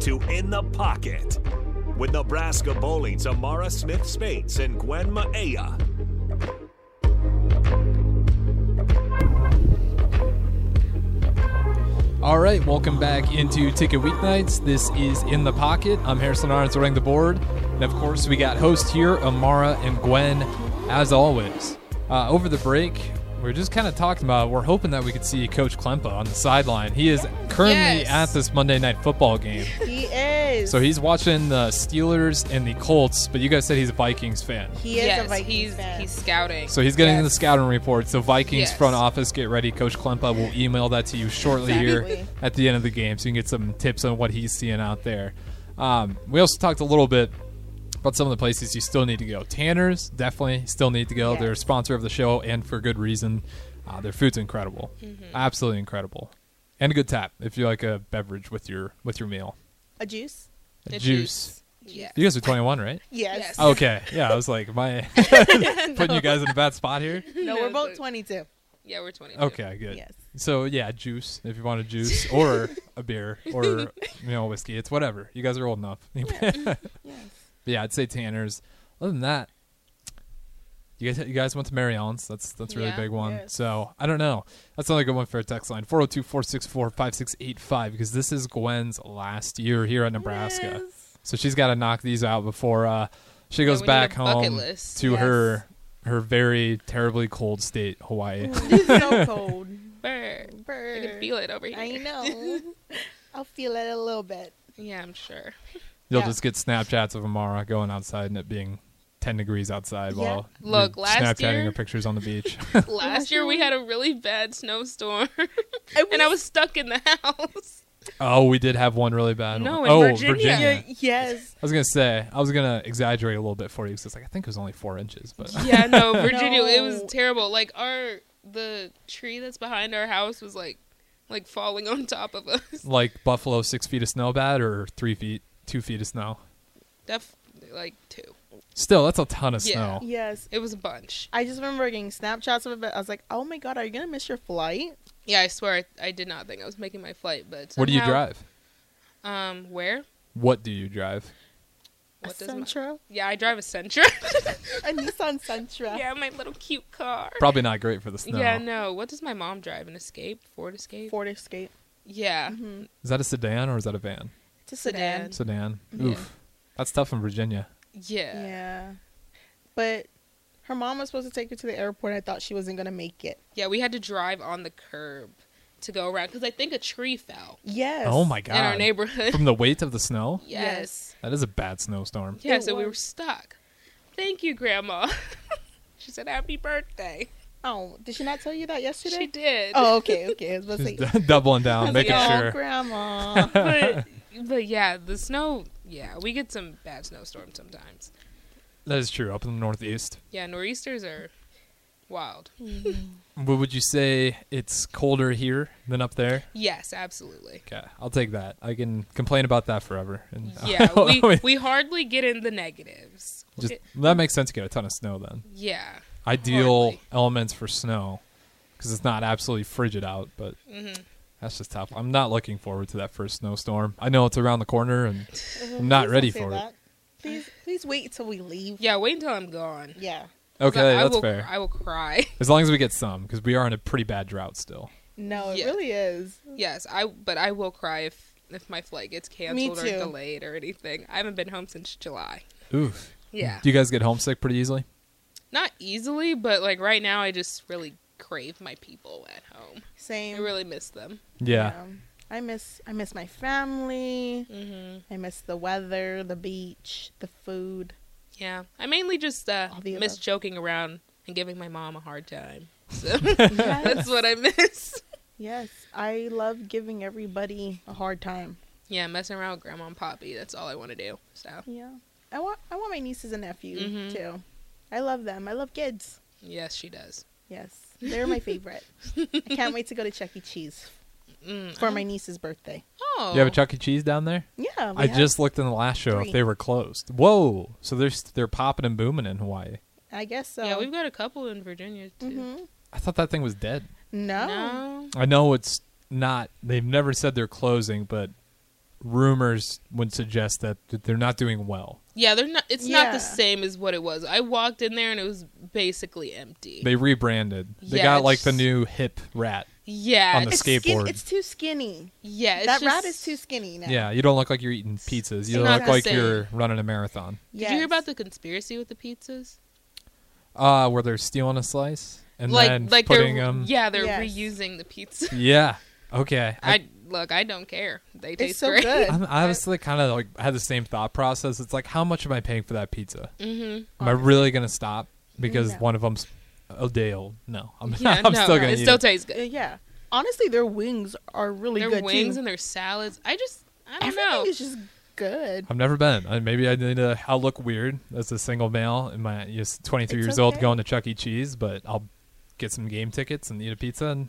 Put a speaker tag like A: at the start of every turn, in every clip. A: to In the Pocket with Nebraska Bowling's Amara Smith Spates and Gwen Maea.
B: All right, welcome back into Ticket Weeknights. This is In the Pocket. I'm Harrison Arns running the board. And of course, we got hosts here, Amara and Gwen, as always. Uh, over the break, we are just kind of talking about we're hoping that we could see Coach Klempa on the sideline. He is currently
C: Yes.
B: at this Monday night football game.
C: He is.
B: So he's watching the Steelers and the Colts, but you guys said he's a Vikings fan.
C: he is
D: yes,
C: a Vikings
D: he's
C: fan.
D: he's scouting.
B: So he's getting
C: Yes.
B: the scouting report. So Vikings
D: Yes.
B: front office, get ready. Coach Klempa will email that to you shortly here
C: Exactly.
B: at the end of the game, so you can get some tips on what he's seeing out there. Um, we also talked a little bit about some of the places you still need to go. Tanner's definitely still need to go. They're a
C: Yes.
B: sponsor of the show, and for good reason. Uh, their food's incredible, absolutely incredible, and a good tap if you like a beverage with your with your meal.
C: a juice.
B: A
D: The
B: juice.
D: Yeah.
B: You guys are 21, right?
C: Yes.
D: Yes.
B: Okay. Yeah, I was like, am I putting you guys in a bad spot here?
C: No, we're both
D: but-
C: 22.
D: Yeah, we're 22.
B: Okay, good.
C: Yes.
B: So yeah, juice if you want a juice or a beer or you know whiskey. It's whatever. You guys are old enough.
D: mm,
B: But yeah, I'd say Tanner's. Other than that, you guys you guys went to Mary Ellen's. That's that's a really
D: Yeah.
B: big one.
C: Yes.
B: So I don't know. That's another good one for a text line 402-464-5685 because this is Gwen's last year here at Nebraska. So she's got to knock these out before uh, she goes
D: we need a
B: back
D: bucket
B: home
D: list.
B: to
C: Yes.
B: her her very terribly cold state, Hawaii.
C: It's so cold.
D: Brr. I can feel it over here.
C: I know. I'll feel it a little bit.
D: Yeah, I'm sure.
B: You'll
C: Yeah.
B: just get Snapchats of Amara going outside and it being 10 degrees outside
C: Yeah.
B: while
D: Look,
B: you're
D: last
B: Snapchatting
D: year-
B: your pictures on the beach.
D: Last year we had a really bad snowstorm,
C: It
D: and I was stuck in the house.
B: oh, we did have one really bad
D: No,
B: one.
D: in
B: oh,
D: Virginia.
C: Yeah, yes.
B: I was going to say, I was going to exaggerate a little bit for you because like, I think it was only four inches, but
D: Yeah, no, Virginia, it was
C: No.
D: terrible. Like our the tree that's behind our house was like like falling on top of us.
B: like Buffalo, six feet of snow bad or three feet, two feet of snow.
D: Def like two.
B: Still, that's a ton of
D: Yeah.
B: snow.
C: Yes.
D: It was a bunch.
C: I just remember getting Snapchats of it. but I was like, oh my God, are you going to miss your flight?
D: Yeah, I swear I, I did not think I was making my flight, but
B: What do you
D: somehow-
B: drive?
D: Um, where?
B: What do you drive?
D: What
C: a
D: does my-
C: Sentra?
D: Yeah, I drive a Sentra.
C: a Nissan Sentra.
D: yeah, my little cute car.
B: Probably not great for the snow.
D: Yeah, no. What does my mom drive? An Escape? Ford Escape?
C: Ford Escape.
D: Yeah.
C: Mm-hmm.
B: Is that a sedan or is that a van?
C: It's a
D: Sedan.
C: sedan.
B: Sedan.
D: Yeah.
B: Oof. That's tough in Virginia.
D: Yeah. Yeah.
C: yeah. But her mom was supposed to take her to the airport. I thought she wasn't going to make it.
D: we had to drive on the curb to go around because I think a tree fell
C: Yes.
B: Oh my god.
D: in our neighborhood.
B: From the weight of the snow?
D: yes.
B: That is a bad snowstorm.
D: Yeah,
C: It
D: so we
C: was.
D: were stuck. Thank you, Grandma. she said, Happy birthday.
C: Oh, did she not tell you that yesterday?
D: She did.
C: Oh, okay, okay. I was about to
B: She's
C: say,
B: d- doubling down,
D: How's
B: making
D: it going,
C: oh,
B: sure.
C: grandma.
D: but, but yeah, the snow. Yeah, we get some bad snowstorms sometimes.
B: That is true. Up in the northeast,
D: Yeah, nor'easters are wild.
B: but would you say it's colder here than up there?
D: Yes, absolutely.
B: Okay, I'll take that. I can complain about that forever. And
D: Yeah,
B: I
D: we,
B: mean,
D: we hardly get in the negatives.
B: just
D: It-
B: that makes sense. to Get a ton of snow then.
D: yeah.
B: Ideal
D: Hardly.
B: elements for snow, because it's not absolutely frigid out, but.
D: Mm-hmm.
B: That's just tough. I'm not looking forward to that first snowstorm. I know it's around the corner, and I'm not
C: Please
B: ready
C: don't say
B: for it.
C: that. Please, please wait till we leave.
D: Yeah, wait until I'm gone.
C: Yeah.
B: Okay,
D: I, I
B: that's
D: will,
B: fair.
D: I will cry.
B: As long as we get some, because we are in a pretty bad drought still.
C: No, it
D: Yeah.
C: really is.
D: yes, I but I will cry if if my flight gets canceled or
C: too.
D: delayed or anything. I haven't been home since July.
B: Oof.
D: Yeah.
B: Do you guys get homesick pretty easily?
D: Not easily, but like right now I just really crave my people at home. I
C: Same.
D: really miss them.
B: Yeah.
C: I miss I miss my family.
D: Mm-hmm.
C: I miss the weather, the beach, the food.
D: Yeah. I mainly just uh,
C: All the
D: miss
C: above.
D: joking around and giving my mom a hard time. So
C: yes.
D: that's what I miss.
C: yes, I love giving everybody a hard time.
D: Yeah, messing around with Grandma and Poppy. That's all I want to do. So,
C: Yeah. I want I want my nieces and nephews
D: Mhm.
C: too. I love them. I love kids.
D: yes, she does.
C: Yes, they're my favorite. I can't wait to go to Chuck E. Cheese
D: Mm,
C: for
D: I
C: my
D: don't-
C: niece's birthday.
D: Oh.
B: You have a Chuck E. Cheese down there?
C: Yeah, we
B: I
C: have-
B: just looked in the last show if
C: Three.
B: they were closed. Whoa. So they're, st- they're popping and booming in Hawaii.
C: I guess so.
D: Yeah, we've got a couple in Virginia too.
C: Mhm.
B: I thought that thing was dead.
C: No.
D: No.
C: Oh.
B: I know it's not, they've never said they're closing, but rumors would suggest that, that they're not doing well.
D: Yeah, they're not. It's not
C: Yeah.
D: the same as what it was. I walked in there and it was basically empty.
B: They rebranded. They
D: Yeah,
B: got like
D: it's-
B: the new hip rat.
D: yeah,
B: on the
D: it's-
C: It's skin-
B: skateboard.
C: it's too skinny.
D: yeah. It's
C: that
D: just,
C: rat is too skinny now.
B: Yeah, you don't look like you're eating pizzas. You
D: It's
B: don't
D: not
B: look like
D: the same.
B: you're running a marathon.
D: Did you hear about the conspiracy with the pizzas?
B: Uh, where they're stealing a slice and
D: like,
B: then
D: like
B: putting
D: they're
B: them.
D: yeah, they're
C: Yes.
D: reusing the pizza.
B: Yeah. Okay.
D: I, look, I don't care. They
C: It's
D: taste
C: so
D: great.
C: good.
B: I'm honestly kind of like had the same thought process. It's like, how much am I paying for that pizza?
D: Mm-hmm.
B: Am I really gonna stop because
C: No.
B: one of them's a day old? No, I'm,
D: Yeah,
B: I'm
D: no,
B: still gonna
D: it
B: eat
D: still
B: it.
D: tastes
C: Uh,
D: good.
C: yeah. Honestly, their wings are really
D: Their
C: good
D: wings
C: too.
D: and their salads. I just, I don't
C: Everything
D: know.
C: is just good.
B: I've never been. I, maybe I need to. I'll look weird as a single male in my just 23
C: It's
B: years old
C: okay.
B: going to Chuck E. Cheese, but I'll get some game tickets and eat a pizza and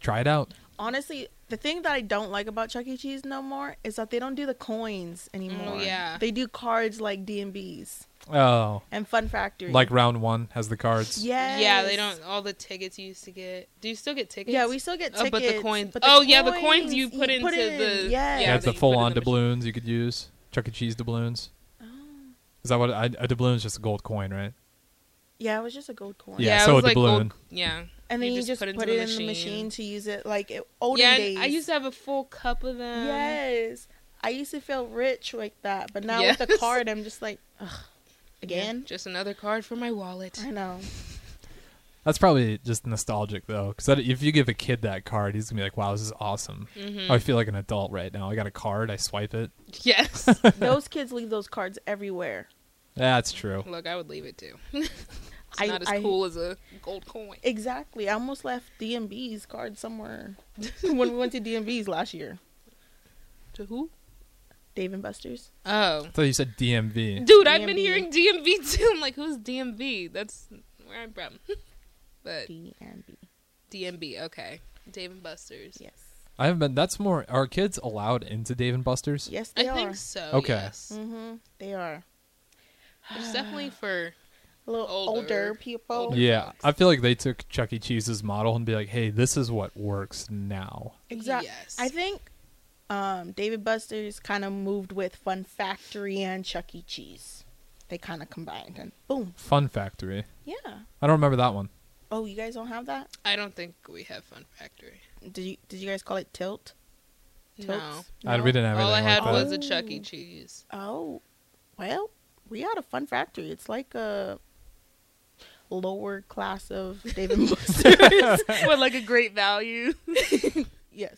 B: try it out.
C: Honestly, the thing that I don't like about Chuck E. Cheese no more is that they don't do the coins anymore.
D: Mm, yeah.
C: They do cards like D and B's
B: Oh,
C: and Fun Factory.
B: like round one has the cards.
C: yes.
D: Yeah, they don't. All the tickets you used to get. Do you still get tickets?
C: Yeah, we still get
D: Oh,
C: tickets.
D: but the coins-
C: but the
D: oh, yeah, the coins you put into
C: in,
D: the-
C: yes.
B: Yeah,
D: Yeah,
B: it's
D: that
B: the
D: you put in
B: full on
D: the machine.
B: doubloons you could use. Chuck E. Cheese doubloons.
C: Oh.
B: Is that what I, a doubloon is? Just a gold coin, right?
C: Yeah, it was just a gold coin.
B: Yeah,
D: it
B: so
D: was
B: a
D: like
B: doubloon.
D: old- yeah.
C: and then
D: you
C: you,
D: just
C: just
D: put it
C: put,
D: into
C: it
D: the
C: in the
D: machine.
C: machine to use it like it, olden
D: yeah,
C: days.
D: I used to have a full cup of them.
C: yes, I used to feel rich like that, but now with the
D: Yes.
C: card, I'm just like, ugh,
D: Yeah,
C: again.
D: just another card for my wallet.
C: I know.
B: That's probably just nostalgic though, because if you give a kid that card, he's gonna be like, "Wow, this is awesome."
C: Hmm.
D: Mhm.
B: I feel like an adult right now. I got a card, I swipe it.
D: Yes.
C: Those kids leave those cards everywhere.
B: That's true.
D: Look, I would leave it too. it's
C: I-
D: not as
C: I-
D: cool as a gold coin.
C: Exactly. I almost left DMB's card somewhere when we went to DMB's last year.
D: To who?
C: Dave and Buster's.
D: Oh.
B: I thought you said DMV.
D: Dude, I've been
C: DMV.
D: hearing DMV too. I'm like, who's DMV? That's where I'm from. but
C: DMB.
D: DMB, okay. Dave and Buster's.
C: Yes.
B: I haven't been. That's more. Are kids allowed into Dave and Buster's?
C: Yes,
D: I
C: they are.
D: think so.
B: Okay.
D: Yes.
C: Mm-hmm. They are
D: It's definitely for.
C: a little older,
D: Older.
C: people.
D: Older.
B: Yeah, I feel like they took Chuck E. Cheese's model and be like, "Hey, this is what works now."
C: Exactly.
D: Yes.
C: I think um, David Buster's kind of moved with Fun Factory and Chuck E. Cheese. They kind of combined and boom.
B: Fun Factory.
C: Yeah.
B: I don't remember that one.
C: Oh, you guys don't have that?
D: I don't think we have Fun Factory.
C: Did you Did you guys call it Tilt?
D: No.
C: Tilts?
B: I, we didn't have
D: All I
B: anything
D: had
B: like
D: was
B: that.
D: a Chuck E. Cheese.
C: Oh, well, we had a fun factory. It's like a lower class of David and Buster's.
D: what, like a great value?
C: yes,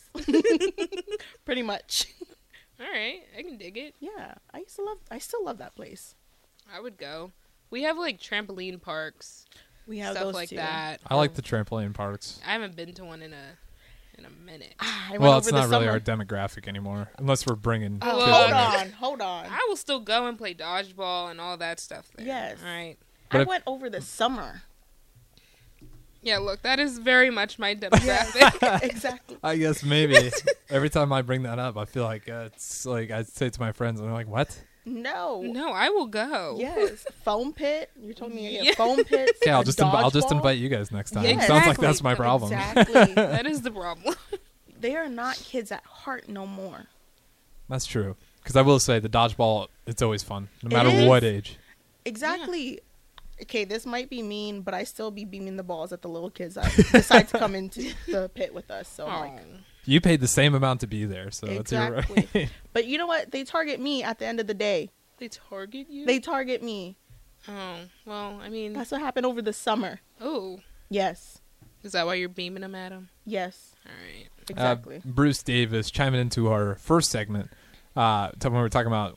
C: pretty much.
D: All right. I can dig it.
C: Yeah, I used to love. I still love that place.
D: I would go. We have like trampoline parks,
C: We have
D: stuff
C: those
D: like
C: two.
D: that. Um,
B: I like the trampoline parks.
D: I haven't been to one in a in a minute.
C: Ah, I went
B: Well, it's
C: over the
B: not really
C: summer.
B: our demographic anymore, unless we're bringing.
D: Oh,
B: kids
C: hold
B: in.
C: on, hold on.
D: I will still go and play dodgeball and all that stuff there.
C: Yes.
D: All right.
B: But
C: I
B: if-
C: went over the summer.
D: Yeah, look, that is very much my demographic.
C: exactly.
B: I guess maybe every time I bring that up, I feel like uh, it's like I say to my friends, and they're like, "What?"
C: No.
D: no, I will go.
C: Yes, foam pit. You told me I
D: Yeah.
C: get foam pits.
B: Okay, I'll
C: a
B: just inv- I'll just
C: dodgeball.
B: invite you guys next time.
D: Yeah,
B: Sounds like
D: exactly.
B: that's my problem.
C: Exactly.
D: That is the problem.
C: they are not kids at heart no more.
B: That's true. Because I will say the dodgeball, it's always fun, no
C: It
B: matter
C: is.
B: what age.
C: Exactly. Okay, this might be mean, but I still be beaming the balls at the little kids that decide to come into the pit with us. So I'm like,
D: Aw.
B: You paid the same amount to be there, so it's uh, your
C: exactly. but you know what? They target me at the end of the day.
D: they target you?
C: They target me.
D: oh, well, I mean,
C: That's what happened over the summer.
D: oh,
C: Yes,
D: is that why you're beaming them at him?
C: yes,
D: All right.
C: exactly.
B: Uh, Bruce Davis chiming into our first segment uh, to when we were talking about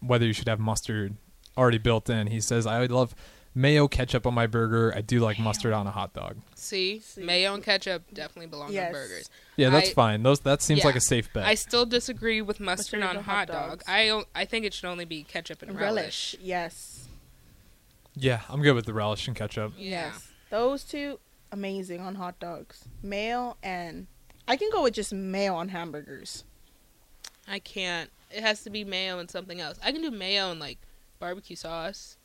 B: whether you should have mustard already built in. He says, "I would love mayo ketchup on my burger. I do like mustard on a hot dog."
D: See?
C: See.
D: Mayo and ketchup definitely belong
C: Yes.
D: on burgers.
B: Yeah, that's
D: I-
B: fine. Those that seems
D: yeah.
B: like a safe bet.
D: I still disagree with mustard on
C: Mustard
D: hot dog.
C: dogs.
D: I don't- I think it should only be ketchup and relish.
C: Uh, relish. Yes.
B: yeah, I'm good with the relish and ketchup.
D: Yeah.
C: Yes. Those two amazing on hot dogs. Mayo and I can go with just mayo on hamburgers.
D: I can't. It has to be mayo and something else. I can do mayo and like barbecue sauce.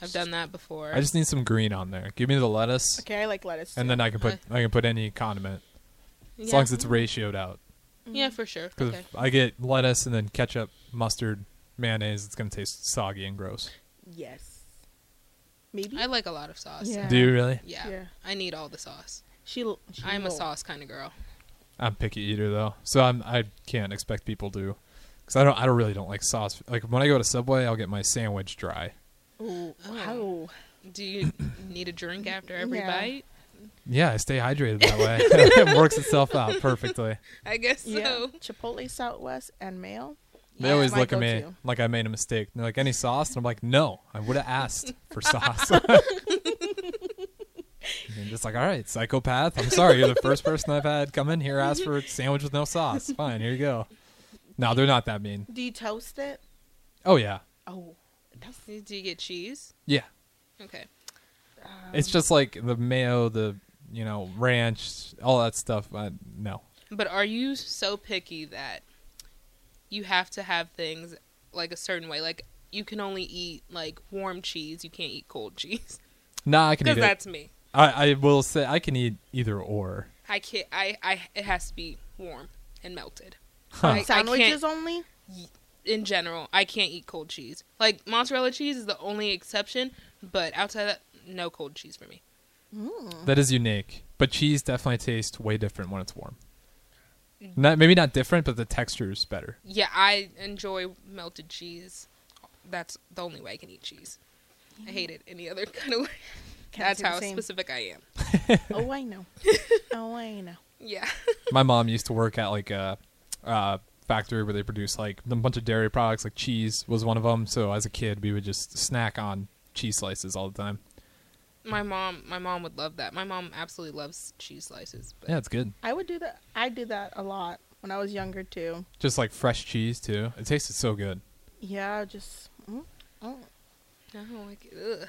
D: I've done that before.
B: I just need some green on there. Give me the lettuce,
C: Okay, I like lettuce.
B: and
C: too.
B: then I can put I can put any condiment as
D: Uh. Yeah.
B: long as it's ratioed out.
D: Yeah, for sure.
B: 'Cause
D: Okay.
B: if I get lettuce and then ketchup, mustard, mayonnaise, it's gonna taste soggy and gross.
C: Yes. Maybe.
D: I like a lot of sauce.
C: Yeah.
B: Do you really?
D: Yeah.
C: Yeah.
D: I need all the sauce.
C: She. l- she
D: I'm a
C: will.
D: sauce kind of girl.
B: I'm picky eater though, so I'm I can't expect people to, because I don't I don't really don't like sauce. Like when I go to Subway, I'll get my sandwich dry.
C: Ooh,
D: Oh.
C: oh.
D: Do you need a drink after every
C: Yeah.
D: bite?
B: Yeah, I stay hydrated that way. it works itself out perfectly.
D: I guess
C: Yeah.
D: so.
C: Chipotle Southwest and mayo.
B: They
C: Yeah,
B: always
C: my
B: look at me
C: go-to.
B: like I made a mistake. They're like, "Any sauce?" And I'm like, "No, I would have asked for sauce." and they're just like, "All right, psychopath. I'm sorry. You're the first person I've had come in here ask for a sandwich with no sauce. Fine, here you go." No, they're not that mean.
C: Do you toast it?
B: Oh yeah,
C: Oh, that's
D: Do you get cheese?
B: yeah.
D: Okay.
B: It's just like the mayo, the you know ranch, all that stuff. I, no,
D: But are you so picky that you have to have things like a certain way? Like you can only eat like warm cheese. You can't eat cold cheese.
B: nah, I can eat
D: Because
B: it.
D: that's me.
B: I, I will say I can eat either or.
D: I can't. I, I. It has to be warm and melted.
B: Huh.
D: I- I can't-
C: sandwiches only.
D: in general, I can't eat cold cheese. Like mozzarella cheese is the only exception, but outside that, no cold cheese for me.
C: Mm.
B: That is unique. But cheese definitely tastes way different when it's warm.
D: Mm.
B: Not maybe not different, but the texture is better.
D: Yeah, I enjoy melted cheese. That's the only way I can eat cheese. I hate it any other kind of way.
C: Can't
D: That's
C: say the
D: how
C: same.
D: specific I am.
C: Oh, I know. oh, I know.
D: Yeah.
B: My mom used to work at like a, uh factory where they produce like a bunch of dairy products. Like cheese was one of them. So as a kid, we would just snack on cheese slices all the time.
D: my mom, my mom would love that. My mom absolutely loves cheese slices. But
B: Yeah, it's good.
C: I would do that. I did that a lot when I was younger too.
B: Just like fresh cheese too. It tasted so good.
C: Yeah, just. Mm, mm.
D: I don't like it. Ugh.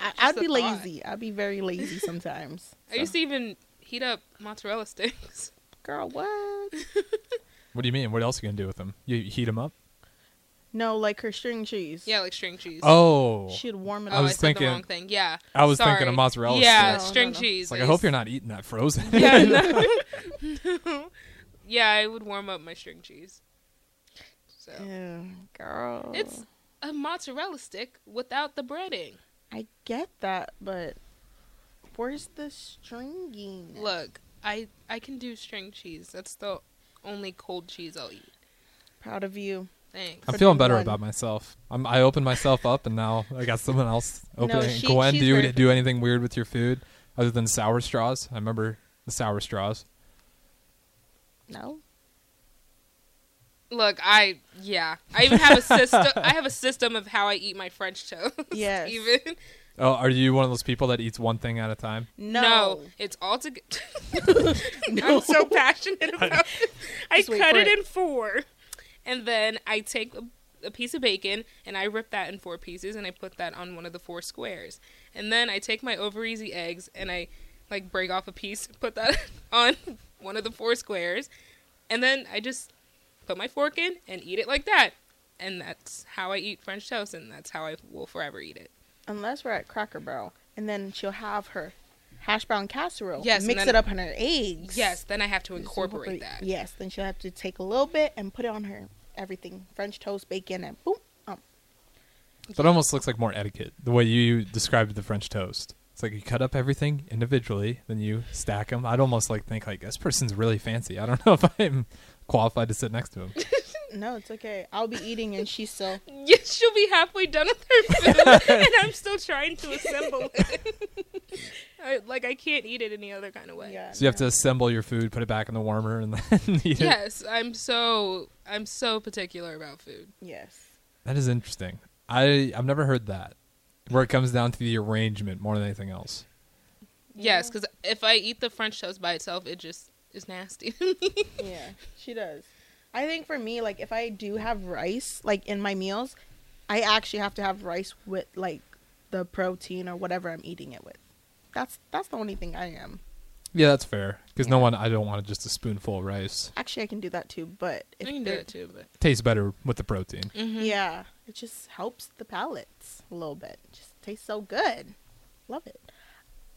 C: I, I'd
D: a
C: be
D: thought.
C: lazy. I'd be very lazy sometimes.
D: I used to even heat up mozzarella sticks.
C: Girl, what?
B: What do you mean? What else are you gonna do with them? You heat them up?
C: No, like her string cheese.
D: Yeah, like string cheese.
B: Oh,
C: She'd warm it
D: Oh,
B: I
D: I,
C: up.
B: was
D: said
B: thinking-
D: the wrong thing. Yeah.
B: I was
D: Sorry.
B: thinking of mozzarella
D: Yeah,
B: sticks.
D: string
C: No, no, no.
D: cheese.
B: It's like I hope you're not eating that frozen.
D: Yeah, no. yeah, I would warm up my string cheese. So
C: Ew, girl.
D: it's a mozzarella stick without the breading.
C: I get that, but where's the stringing?
D: Look, I I can do string cheese. That's the only cold cheese I'll eat.
C: Proud of you.
D: Thanks.
B: I'm
C: But
B: feeling
C: then
B: better
C: one-
B: about myself. I'm, I opened myself up, and now I got someone else
C: No,
B: opening. it.
C: she-
B: Gwen, do
C: she's
B: you
C: very-
B: do anything weird with your food other than sour straws? I remember the sour straws.
C: No.
D: Look, I yeah. I even have a system. I have a system of how I eat my French toast.
C: Yes.
D: Even
B: Oh, are you one of those people that eats one thing at a time?
D: no,
C: No.
D: it's all together. I'm so passionate about. It. I
C: Just wait
D: cut
C: for
D: it,
C: it.
D: in four, and then I take a, a piece of bacon and I rip that in four pieces and I put that on one of the four squares, and then I take my over easy eggs and I like break off a piece, put that on one of the four squares, and then I just put my fork in and eat it like that. And that's how I eat French toast, and that's how I will forever eat it.
C: Unless we're at Cracker Barrel, and then she'll have her hash brown casserole.
D: Yes, and
C: Mix
D: then-
C: it up in her eggs.
D: Yes, then I have to
C: Just
D: incorporate that.
C: Yes. Then she'll have to take a little bit and put it on her everything: French toast, bacon, and boom. Um,
B: That almost looks like more etiquette. The way you described the French toast. It's like you cut up everything individually, then you stack them. I'd almost like think like this person's really fancy. I don't know if I'm qualified to sit next to him.
C: no, it's okay. I'll be eating, and she's still.
D: Yes, she'll be halfway done with her food, and I'm still trying to assemble it. I, like I can't eat it any other kind of way.
C: Yeah,
B: So you have to
C: no.
B: assemble your food, put it back in the warmer, and then eat it.
D: Yes, I'm so I'm so particular about food.
C: Yes.
B: That is interesting. I I've never heard that. Where it comes down to the arrangement more than anything else.
D: Yes, 'cause Yes, because if I eat the French toast by itself, it just is nasty.
C: Yeah, she does. I think for me, like if I do have rice, like in my meals, I actually have to have rice with like the protein or whatever I'm eating it with. That's that's the only thing I am.
B: Yeah, that's fair. Because no one, I don't want just a spoonful of rice.
C: Actually, I can do that too, but
D: I
C: if
D: can do
C: they're-
D: it too, Mm-hmm. but
B: Tastes better with the protein.
C: yeah, it just helps the palates a little bit. just tastes so good. Love it.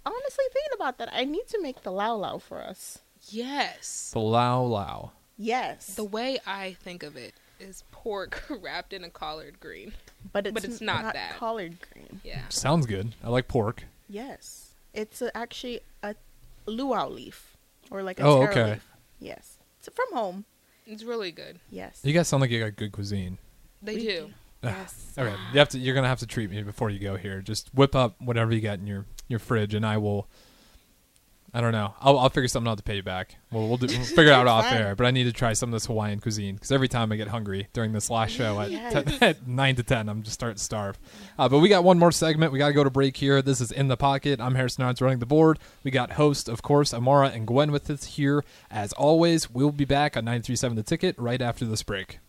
C: Honestly, thinking about that, I need to make the lao lao for us.
D: yes,
B: The lao lao.
C: Yes,
D: The way I think of it is pork wrapped in a collard green.
C: but it's,
D: but it's not that.
C: collard green.
D: Yeah.
B: Sounds good. I like pork.
C: Yes, it's a, actually a luau leaf or like a
B: Oh,
C: taro
B: okay.
C: leaf. Yes, it's from home.
D: It's really good.
C: Yes,
B: You guys sound like you got good cuisine.
D: They
C: We
D: do.
C: yes.
B: All right, you have to. You're gonna have to treat me before you go here. Just whip up whatever you got in your your fridge, and I will. I don't know. I'll, I'll figure something out to pay you back. We'll we'll, do, we'll figure it out off
C: Fine.
B: air. But I need to try some of this Hawaiian cuisine because every time I get hungry during this last show at,
C: Yes.
B: te- at nine to ten, I'm just starting to starve. Uh, but we got one more segment. We got to go to break here. This is in the pocket. I'm Harrison Arts running the board. We got host of course Amara and Gwen with us here as always. We'll be back on 937 The Ticket right after this break.